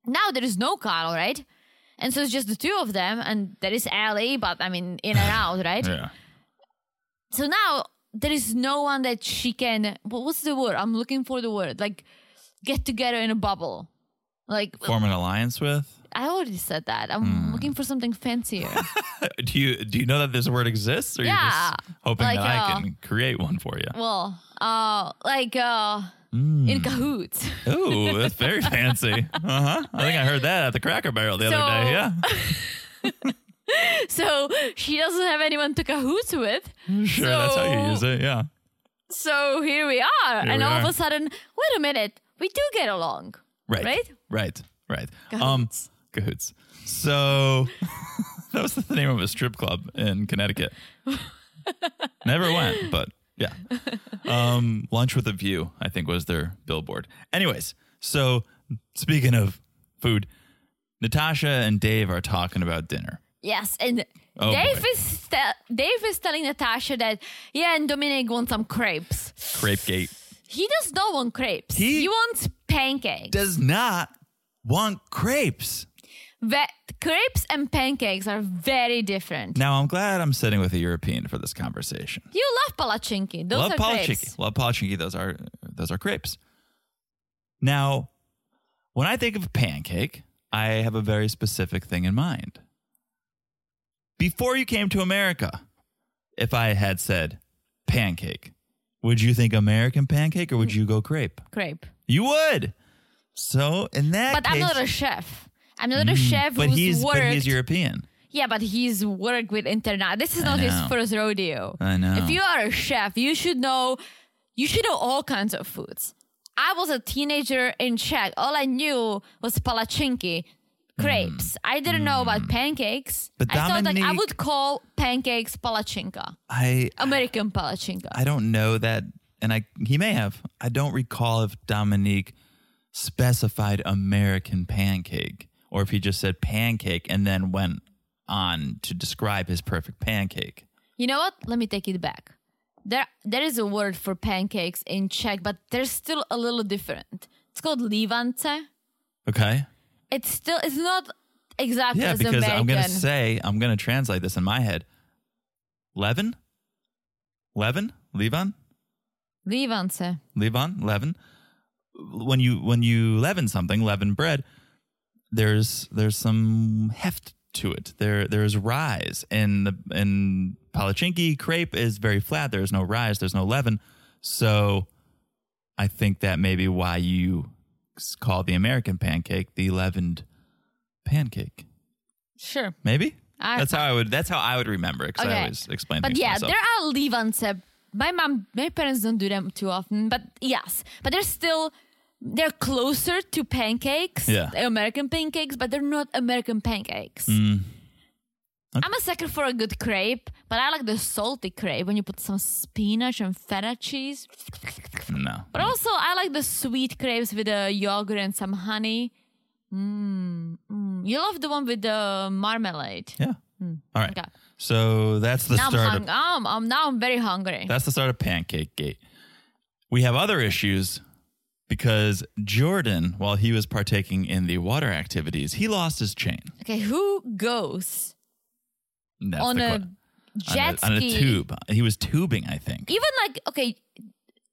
now there is no Kyle, right? And so it's just the two of them, and there is Allie, but I mean, in and out, right? Yeah. So now there is no one that she can. What, what's the word? I'm looking for the word. Like, get together in a bubble. Like, Form an alliance with? I already said that. I'm looking for something fancier. Do you do you know that this word exists? Or Yeah. you're just hoping Like, that I uh, can create one for you? well, uh, like, uh, in cahoots. Ooh, that's very fancy. Uh huh. I think I heard that at the Cracker Barrel the other day. Yeah. so she doesn't have anyone to cahoots with. Sure, that's how you use it. Yeah. So here we are. and we all of are. a sudden, wait a minute, we do get along. Right. Right? Right. Right. Um, cahoots. So that was the name of a strip club in Connecticut. Never went, but yeah. Um, Lunch with a View, I think, was their billboard. Anyways, so speaking of food, Natasha and Dave are talking about dinner. Yes, and Oh, Dave boy. is te- Dave is telling Natasha that yeah, and Dominic wants some crepes. Crepegate He does not want crepes. He- wants pancakes. does not want crepes. Ve- crepes and pancakes are very different. Now I'm glad I'm sitting with a European for this conversation. You love palachinki. Those Love are crepes. palachinki. Love palachinki. Those are those are crepes. Now, when I think of pancake, I have a very specific thing in mind. Before you came to America, if I had said pancake, would you think American pancake or would you go crepe? Crepe. You would. So in that But I'm case, mm, not a chef. I'm not a chef but who's he's worked. but he's European. yeah, but he's worked with internet. This is not his know. first rodeo. I know. If you are a chef, you should know you should know all kinds of foods. I was a teenager in Czech. All I knew was palachinki, crepes. I didn't know about pancakes. Hmm. But I thought like I Dominique- would call pancakes palachinka, I American palachinka. I don't know that, and I he may have. I don't recall if Dominique specified American pancake or if he just said pancake and then went on to describe his perfect pancake. You know what? Let me take it back. There, there is a word for pancakes in Czech, but they're still a little different. It's called levante. Okay. It's still, it's not exactly Yeah, as because American. I'm going to say, I'm going to translate this in my head. Leaven? Leaven? Levan? levante. Levan? Leaven? When you when you leaven something, leaven bread, there's there's some heft to it. There there's rise in the in palachinki crepe is very flat. There's no rise. There's no leaven. So I think that may be why you s- call the American pancake the leavened pancake. Sure. Maybe I- that's how I would that's how I would remember because I Okay. always explain. But things to yeah, myself. there are Levante my mom, my parents don't do them too often, but yes, but they're still they're closer to pancakes, Yeah. American pancakes, but they're not American pancakes. Mm. I'm a sucker for a good crepe, but I like the salty crepe when you put some spinach and feta cheese. No. But also, I like the sweet crepes with the yogurt and some honey. Mm, mm. You love the one with the marmalade. Yeah. All right. Hmm. okay. So that's the Now I'm, start hung- of I'm, I'm now I'm very hungry. that's the start of Pancake Gate. We have other issues because Jordan, while he was partaking in the water activities, he lost his chain. okay, who goes That's on the a que- jet on a, on a ski? tube. He was tubing, I think. Even like okay,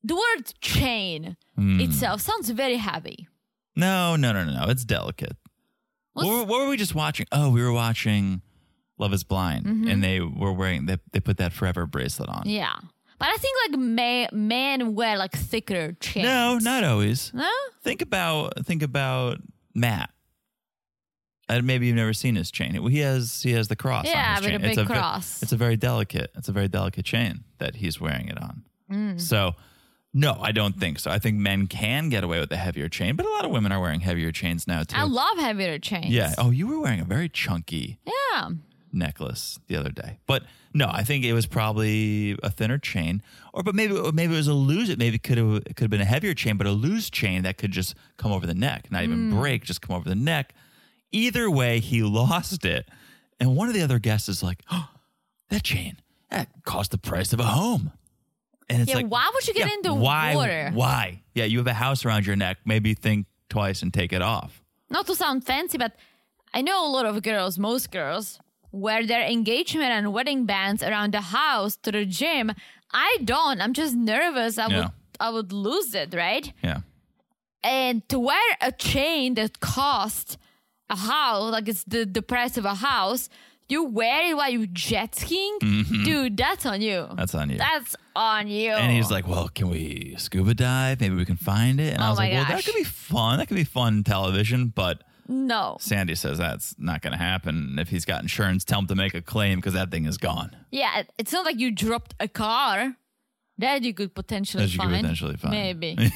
the word chain Hmm. itself sounds very heavy. No, no, no, no, no. It's delicate. What were, what were we just watching? Oh, we were watching Love Is Blind, and they were wearing they, they put that forever bracelet on. Mm-hmm. Yeah, but I think like ma- men wear like thicker chains. No, not always. no. Think about think about Matt. Uh, maybe you've never seen his chain. He has he has the cross. Yeah, on his with a chain. big it's ve- cross. it's a very delicate. It's a very delicate chain that he's wearing it on. Mm. So, no, I don't think so. I think men can get away with a heavier chain, but a lot of women are wearing heavier chains now too. I love heavier chains. yeah. Oh, you were wearing a very chunky Yeah. necklace the other day. But no, I think it was probably a thinner chain, or but maybe or maybe it was a loose. It maybe could have it could have been a heavier chain, but a loose chain that could just come over the neck, not even Mm. break, just come over the neck. Either way, he lost it, and one of the other guests is like, oh, "That chain that cost the price of a home." And it's Yeah, like, why would you get in the why, water? Why? Yeah, you have a house around your neck. Maybe think twice and take it off. Not to sound fancy, but I know a lot of girls, most girls, wear their engagement and wedding bands around the house to the gym. I don't. I'm just nervous. I Yeah. would I would lose it, right? Yeah. And to wear a chain that costs a house, like it's the, the price of a house, you wear it while you jet skiing? Mm-hmm. Dude, that's on you. That's on you. That's on you. And he's like, "Well, can we scuba dive? Maybe we can find it." And I Oh was my like, "Well, that gosh. could be fun. That could be fun television." But no. Sandy says that's not going to happen. If he's got insurance, tell him to make a claim because that thing is gone. Yeah, it- it's not like you dropped a car. That you could potentially That you could find. potentially find. Maybe.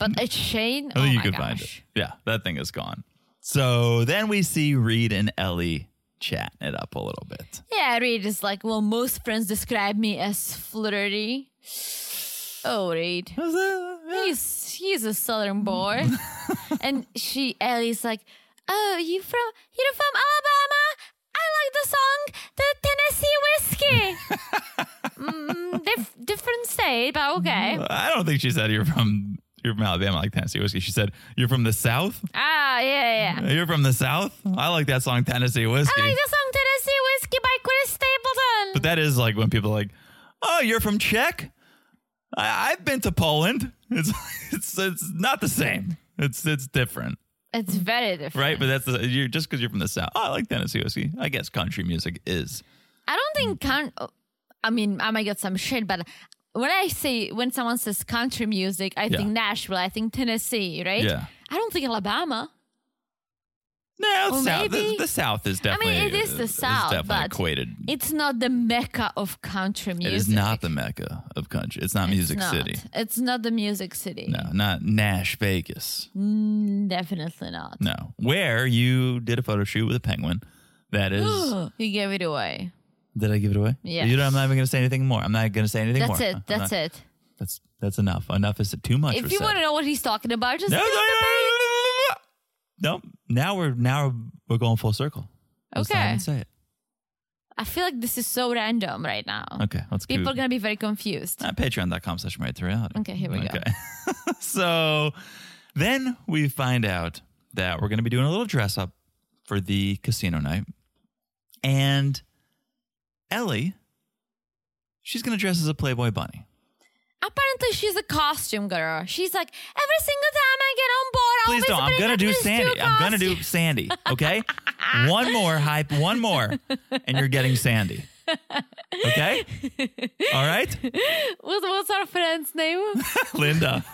but a chain. I oh think you my could gosh. find it. Yeah, that thing is gone. So then we see Reed and Ellie chatting it up a little bit. Yeah, Reed is like, well, most friends describe me as flirty. Oh, Reed. Was that- He's he's a southern boy. and she Ellie's like, Oh, you from you're from Alabama? I like the song The Tennessee Whiskey. mm, dif- different state, but okay. I don't think she said you're from you're from Alabama like Tennessee whiskey. She said you're from the South. Ah, yeah, yeah. You're from the South. I like that song Tennessee whiskey. I like the song Tennessee Whiskey by Chris Stapleton. But that is like when people are like, "Oh, you're from Czech? I- I've been to Poland. It's it's it's not the same. It's it's different, It's very different. right? But that's the, you're just because you're from the South. Oh, I like Tennessee whiskey. I guess country music is. I don't think Mm-hmm. count. oh, I mean, I might get some shit, but when I say when someone says country music, I think Nashville, I think Tennessee, right? Yeah. I don't think Alabama. No, Well, the South. The, maybe- the South is I definitely. mean, it is the is South, definitely but equated. it's not the mecca of country music. It is not the mecca of country. It's not Music It's not. City. It's not the music city. No, not Nash, Vegas. Definitely not. No, where you did a photo shoot with a penguin. That is. you gave it away. did I give it away? Yes. You know, I'm not even going to say anything more. I'm not going to say anything more. That's I'm it. not- That's it. That's that's enough. Enough is too much. If was you said. want to know what he's talking about, just no, no, look no, up- no, no, no, no. Nope. Now we're now we're, we're going full circle. Let's not Okay. even say it. I feel like this is so random right now. Okay. Let's People go. are gonna be very confused. Uh, Patreon.com slash married to reality. Okay, here we go. go. so then we find out that we're going to be doing a little dress up for the casino night. And Ellie, she's going to dress as a Playboy bunny. Apparently, she's a costume girl. She's like, every single time I get on board, I Please always don't. I'm bring gonna at do least two Sandy. I'm gonna do costumes." Sandy. Okay. one more hype. One more, and you're getting Sandy. Okay. All right, What, what's our friend's name? Linda.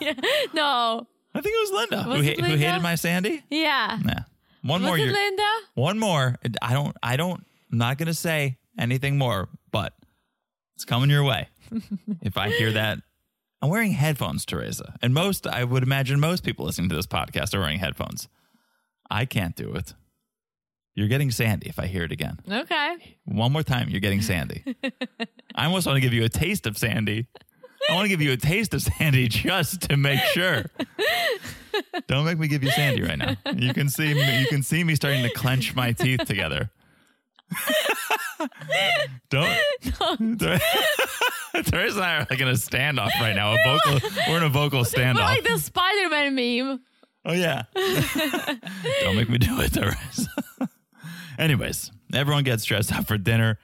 no. I think it was Linda who, Was it ha- who hated Linda? my Sandy. Yeah. Nah. One more. Was it year- Linda? one more. I don't. I don't. I'm not gonna say anything more. But it's coming your way. if I hear that. I'm wearing headphones, Teresa. And most, I would imagine most people listening to this podcast are wearing headphones. I can't do it. You're getting sandy if I hear it again. Okay. One more time, you're getting sandy. I almost want to give you a taste of sandy. I want to give you a taste of sandy just to make sure. Don't make me give you sandy right now. You can see me, you can see me starting to clench my teeth together. Don't. Ter- Teresa and I are like in a standoff right now. A vocal, we're in a vocal But standoff. like the Spider Man meme. Oh yeah. Don't make me do it, Therese. Anyways, everyone gets dressed up for dinner.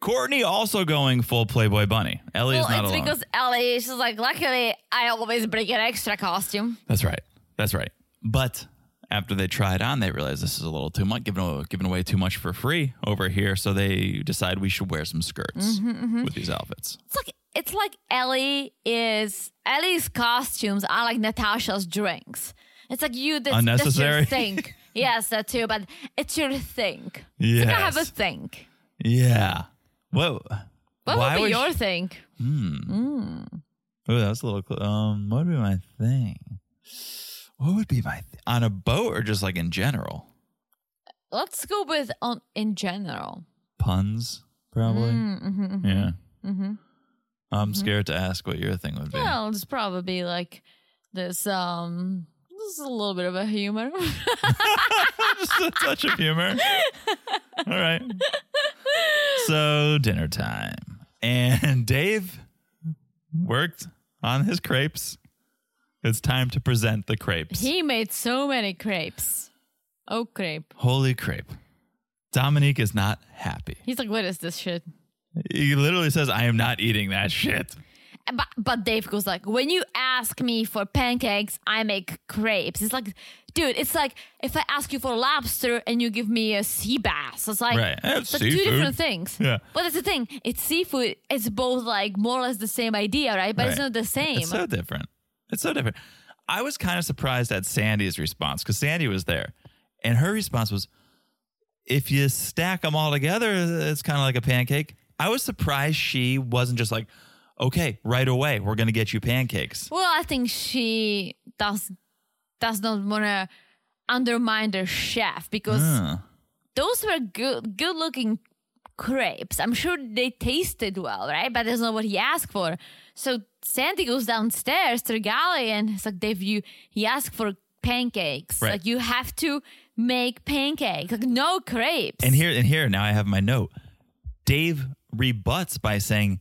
Courtney also going full Playboy bunny. Ellie Well, is not it's alone. because Ellie, she's like, luckily, I always bring an extra costume. That's right. That's right. But after they try it on, they realize this is a little too much, giving away, giving away too much for free over here. So they decide we should wear some skirts Mm-hmm, with these outfits. It's like it's like Ellie is Ellie's costumes are like Natasha's drinks. It's like you that's, Unnecessary. That's your think. yes, that too. But it's your think. It's like I have a Yes. think. Yeah. Whoa. What Why would be was your she- think? Ooh, that was a little. Cl- um, what would be my thing? What would be my th- on a boat or just like in general? Let's go with on in general. puns, probably. Mm, mm-hmm, Yeah. I'm scared to ask what your thing would be. Well, it's probably like this. Um, this is a little bit of a humor. Just a touch of humor. All right. So dinner time, and Dave worked on his crepes. It's time to present the crepes. he made so many crepes. Oh, crepe. Holy crepe! Dominique is not happy. He's like, what is this shit? He literally says, "I am not eating that shit." Uh, But, but Dave goes like, when you ask me for pancakes, I make crepes. It's like, dude, it's like if I ask you for lobster and you give me a sea bass. It's like, Right. That's it's like two seafood. different things. Yeah. But that's the thing. It's seafood. It's both like more or less the same idea, right? But it's Right. not the same. It's so different. It's so different. I was kind of surprised at Sandy's response because Sandy was there, and her response was, "If you stack them all together, it's kind of like a pancake." I was surprised she wasn't just like, "Okay, right away, we're gonna get you pancakes." Well, I think she does does not want to undermine the chef because Huh. those were good good looking crepes. I'm sure they tasted well, right? But that's not what he asked for. So Sandy goes downstairs to the galley and it's like Dave, you he asked for pancakes. Right. Like you have to make pancakes. Like no crepes. And here, and here, now I have my note. Dave rebuts by saying,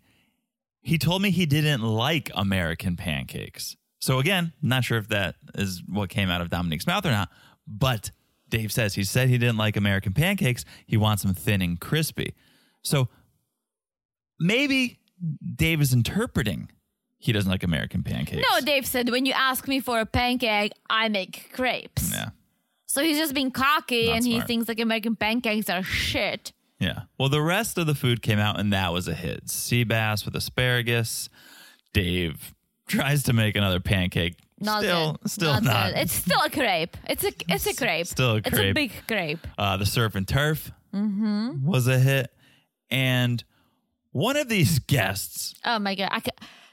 "He told me he didn't like American pancakes." So again, not sure if that is what came out of Dominique's mouth or not, but Dave says he said he didn't like American pancakes. He wants them thin and crispy. So maybe Dave is interpreting he doesn't like American pancakes. no, Dave said when you ask me for a pancake, I make crepes. yeah, So he's just being cocky Not and he smart. thinks like American pancakes are shit. yeah. Well, the rest of the food came out, and that was a hit. Sea bass with asparagus. Dave tries to make another pancake. Not still, good. still not. good. It's still a crepe. It's a it's a crepe. still a It's a crepe. big crepe. uh, the surf and turf Mm-hmm. was a hit, and one of these guests, Oh my god! I ca-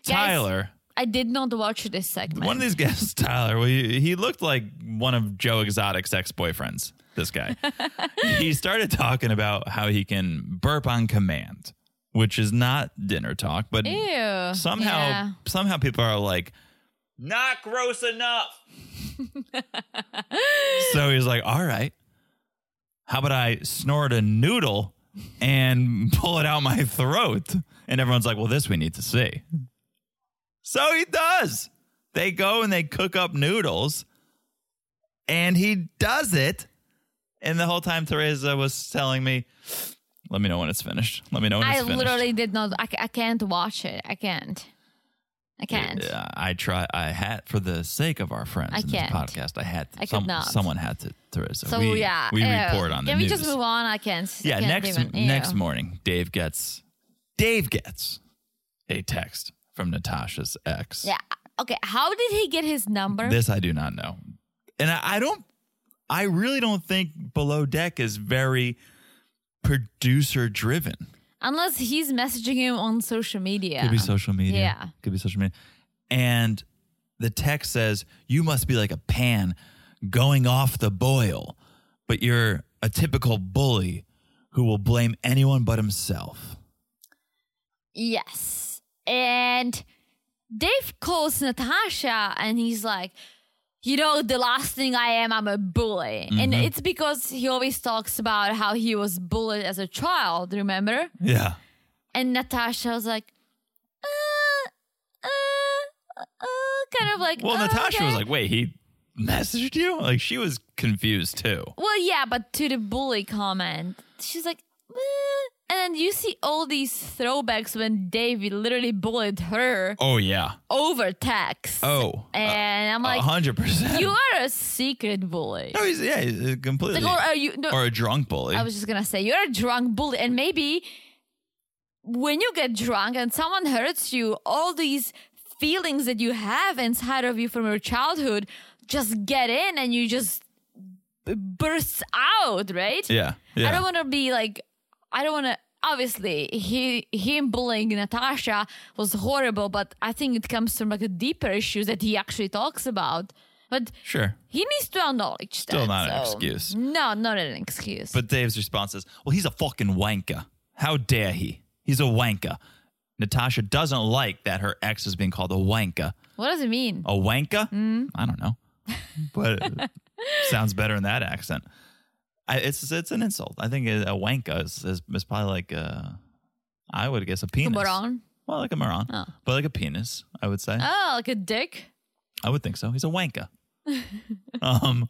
Guys, Tyler, I did not watch this segment. one of these guests, Tyler, well, he, he looked like one of Joe Exotic's ex boyfriends. This guy, he started talking about how he can burp on command, which is not dinner talk, but Ew. somehow Yeah. somehow people are like not gross enough so he's like all right how about i snort a noodle and pull it out my throat and everyone's like well this we need to see so he does they go and they cook up noodles and he does it and the whole time teresa was telling me let me know when it's finished let me know when I it's finished literally did not. I, ca- I can't watch it. I can't. I can't. Yeah, I try. I had for the sake of our friends I in can't. this podcast. I had. To, I could some- not. Someone had to. Teresa. So we, yeah, we ew. report on the Can news. we just move on? I can't. I yeah, can't next even, ew. next morning, Dave gets Dave gets a text from Natasha's ex. Yeah. Okay. How did he get his number? This I do not know, and I, I don't. I really don't think Below Deck is very producer driven. Unless he's messaging him on social media. Could be social media. Yeah. Could be social media. And the text says, you must be like a pan going off the boil, but you're a typical bully who will blame anyone but himself. Yes. And Dave calls Natasha and he's like, you know, the last thing I am, I'm a bully. Mm-hmm. And it's because he always talks about how he was bullied as a child, remember? Yeah. And Natasha was like, uh, uh, uh, kind of like, Well, "Oh, Natasha was okay." like, wait, he messaged you? Like she was confused too. Well, yeah, but to the bully comment, she's like, "Meh." and then you see all these throwbacks when Davey literally bullied her Oh, yeah. over text. Oh. and I'm A like, hundred percent. you are a secret bully. No, he's, yeah, he's uh, completely. Like, or are you? No, or a drunk bully. I was just gonna say you're a drunk bully, and maybe when you get drunk and someone hurts you, all these feelings that you have inside of you from your childhood just get in, and you just b- bursts out, right? yeah. Yeah. I don't want to be like, I don't want to. Obviously, he him bullying Natasha was horrible, but I think it comes from like a deeper issue that he actually talks about. But sure. he needs to acknowledge Still that. not an so- excuse. No, not an excuse. But Dave's response is, well, he's a fucking wanker. How dare he? He's a wanker. Natasha doesn't like that her ex is being called a wanker. what does it mean? A wanker? I don't know. But it sounds better in that accent. I, it's it's an insult. I think a wanker is, is, is probably like, a, I would guess a penis. Moron? Well, like a moron. Oh. But like a penis, I would say. Oh, like a dick. I would think so. He's a wanker. um,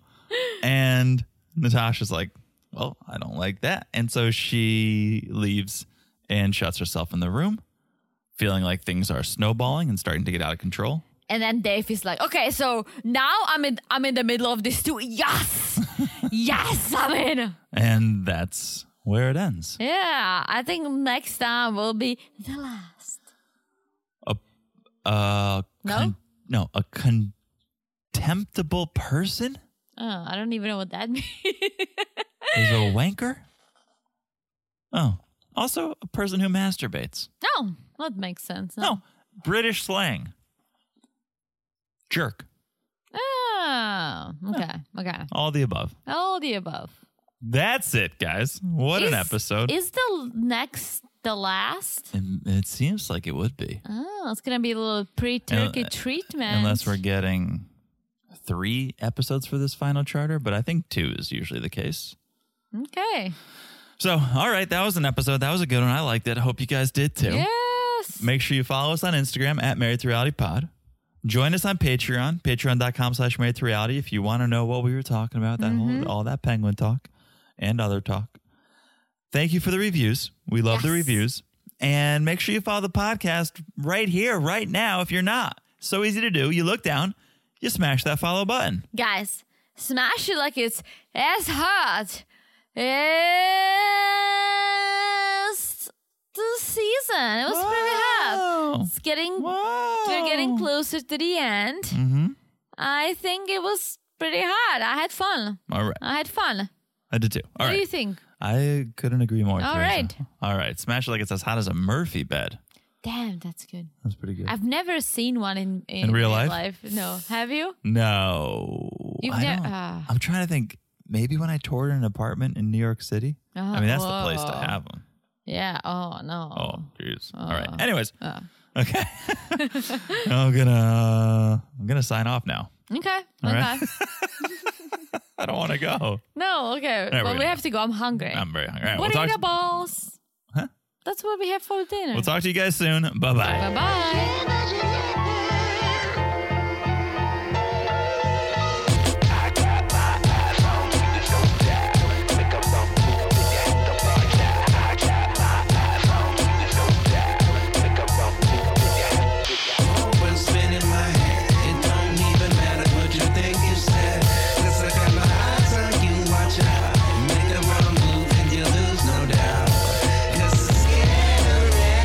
and Natasha's like, well, I don't like that. And so she leaves and shuts herself in the room, feeling like things are snowballing and starting to get out of control. And then Dave is like, okay, so now I'm in I'm in the middle of this too. Yes. yes, I'm in. And that's where it ends. Yeah. I think next time will be the last. Uh, No? no, a contemptible person Oh, I don't even know what that means. is a wanker. Oh, also a person who masturbates. no, that makes sense. No, British slang. Jerk. Oh, okay. Okay. All the above. All the above. That's it, guys. What an Is- episode. Is the next the last? Um, it seems like it would be. Oh, it's gonna be a little pre-turkey Un- treatment. Unless we're getting three episodes for this final charter, but I think two is usually the case. okay. So, all right, that was an episode. That was a good one. I liked it. I hope you guys did too. Yes. Make sure you follow us on Instagram at Married to Reality Pod. Join us on Patreon, patreon.com slash married to reality if you want to know what we were talking about, that Mm-hmm. whole all that penguin talk and other talk. Thank you for the reviews. We love the Yes. reviews. And make sure you follow the podcast right here, right now, if you're not. So easy to do. You look down, you smash that follow button. Guys, smash it like it's as hard as the season. It was pretty hard. Wow. It's getting Wow. we're getting closer to the end. Mhm. I think it was pretty hard. I had fun. All right. I had fun. I did too. All what do right. you think? I couldn't agree more. All Teresa. right. All right. Smash it like it's as hot as a Murphy bed. Damn, that's good. That's pretty good. I've never seen one in in, real life? No, have you? no. You've I ne- don't- ah. I'm trying to think. Maybe when I toured an apartment in New York City. I Oh, mean, that's the place to whoa. have them. Yeah. Oh no. Oh, jeez. All right. Anyways. Oh. Okay. I'm gonna I'm gonna sign off now. Okay. All okay. right. I don't want to go. No. Okay. we're well, we gonna have to go. I'm hungry. I'm very hungry. All right, what we'll are the talk. balls? That's what we have for dinner. We'll talk to you guys soon. Bye bye. Bye bye. When spinning my head, it don't even matter what you think you said. Cause I got my eyes on you, watch out. Make a wrong move and you lose, no doubt. Cause it's scary.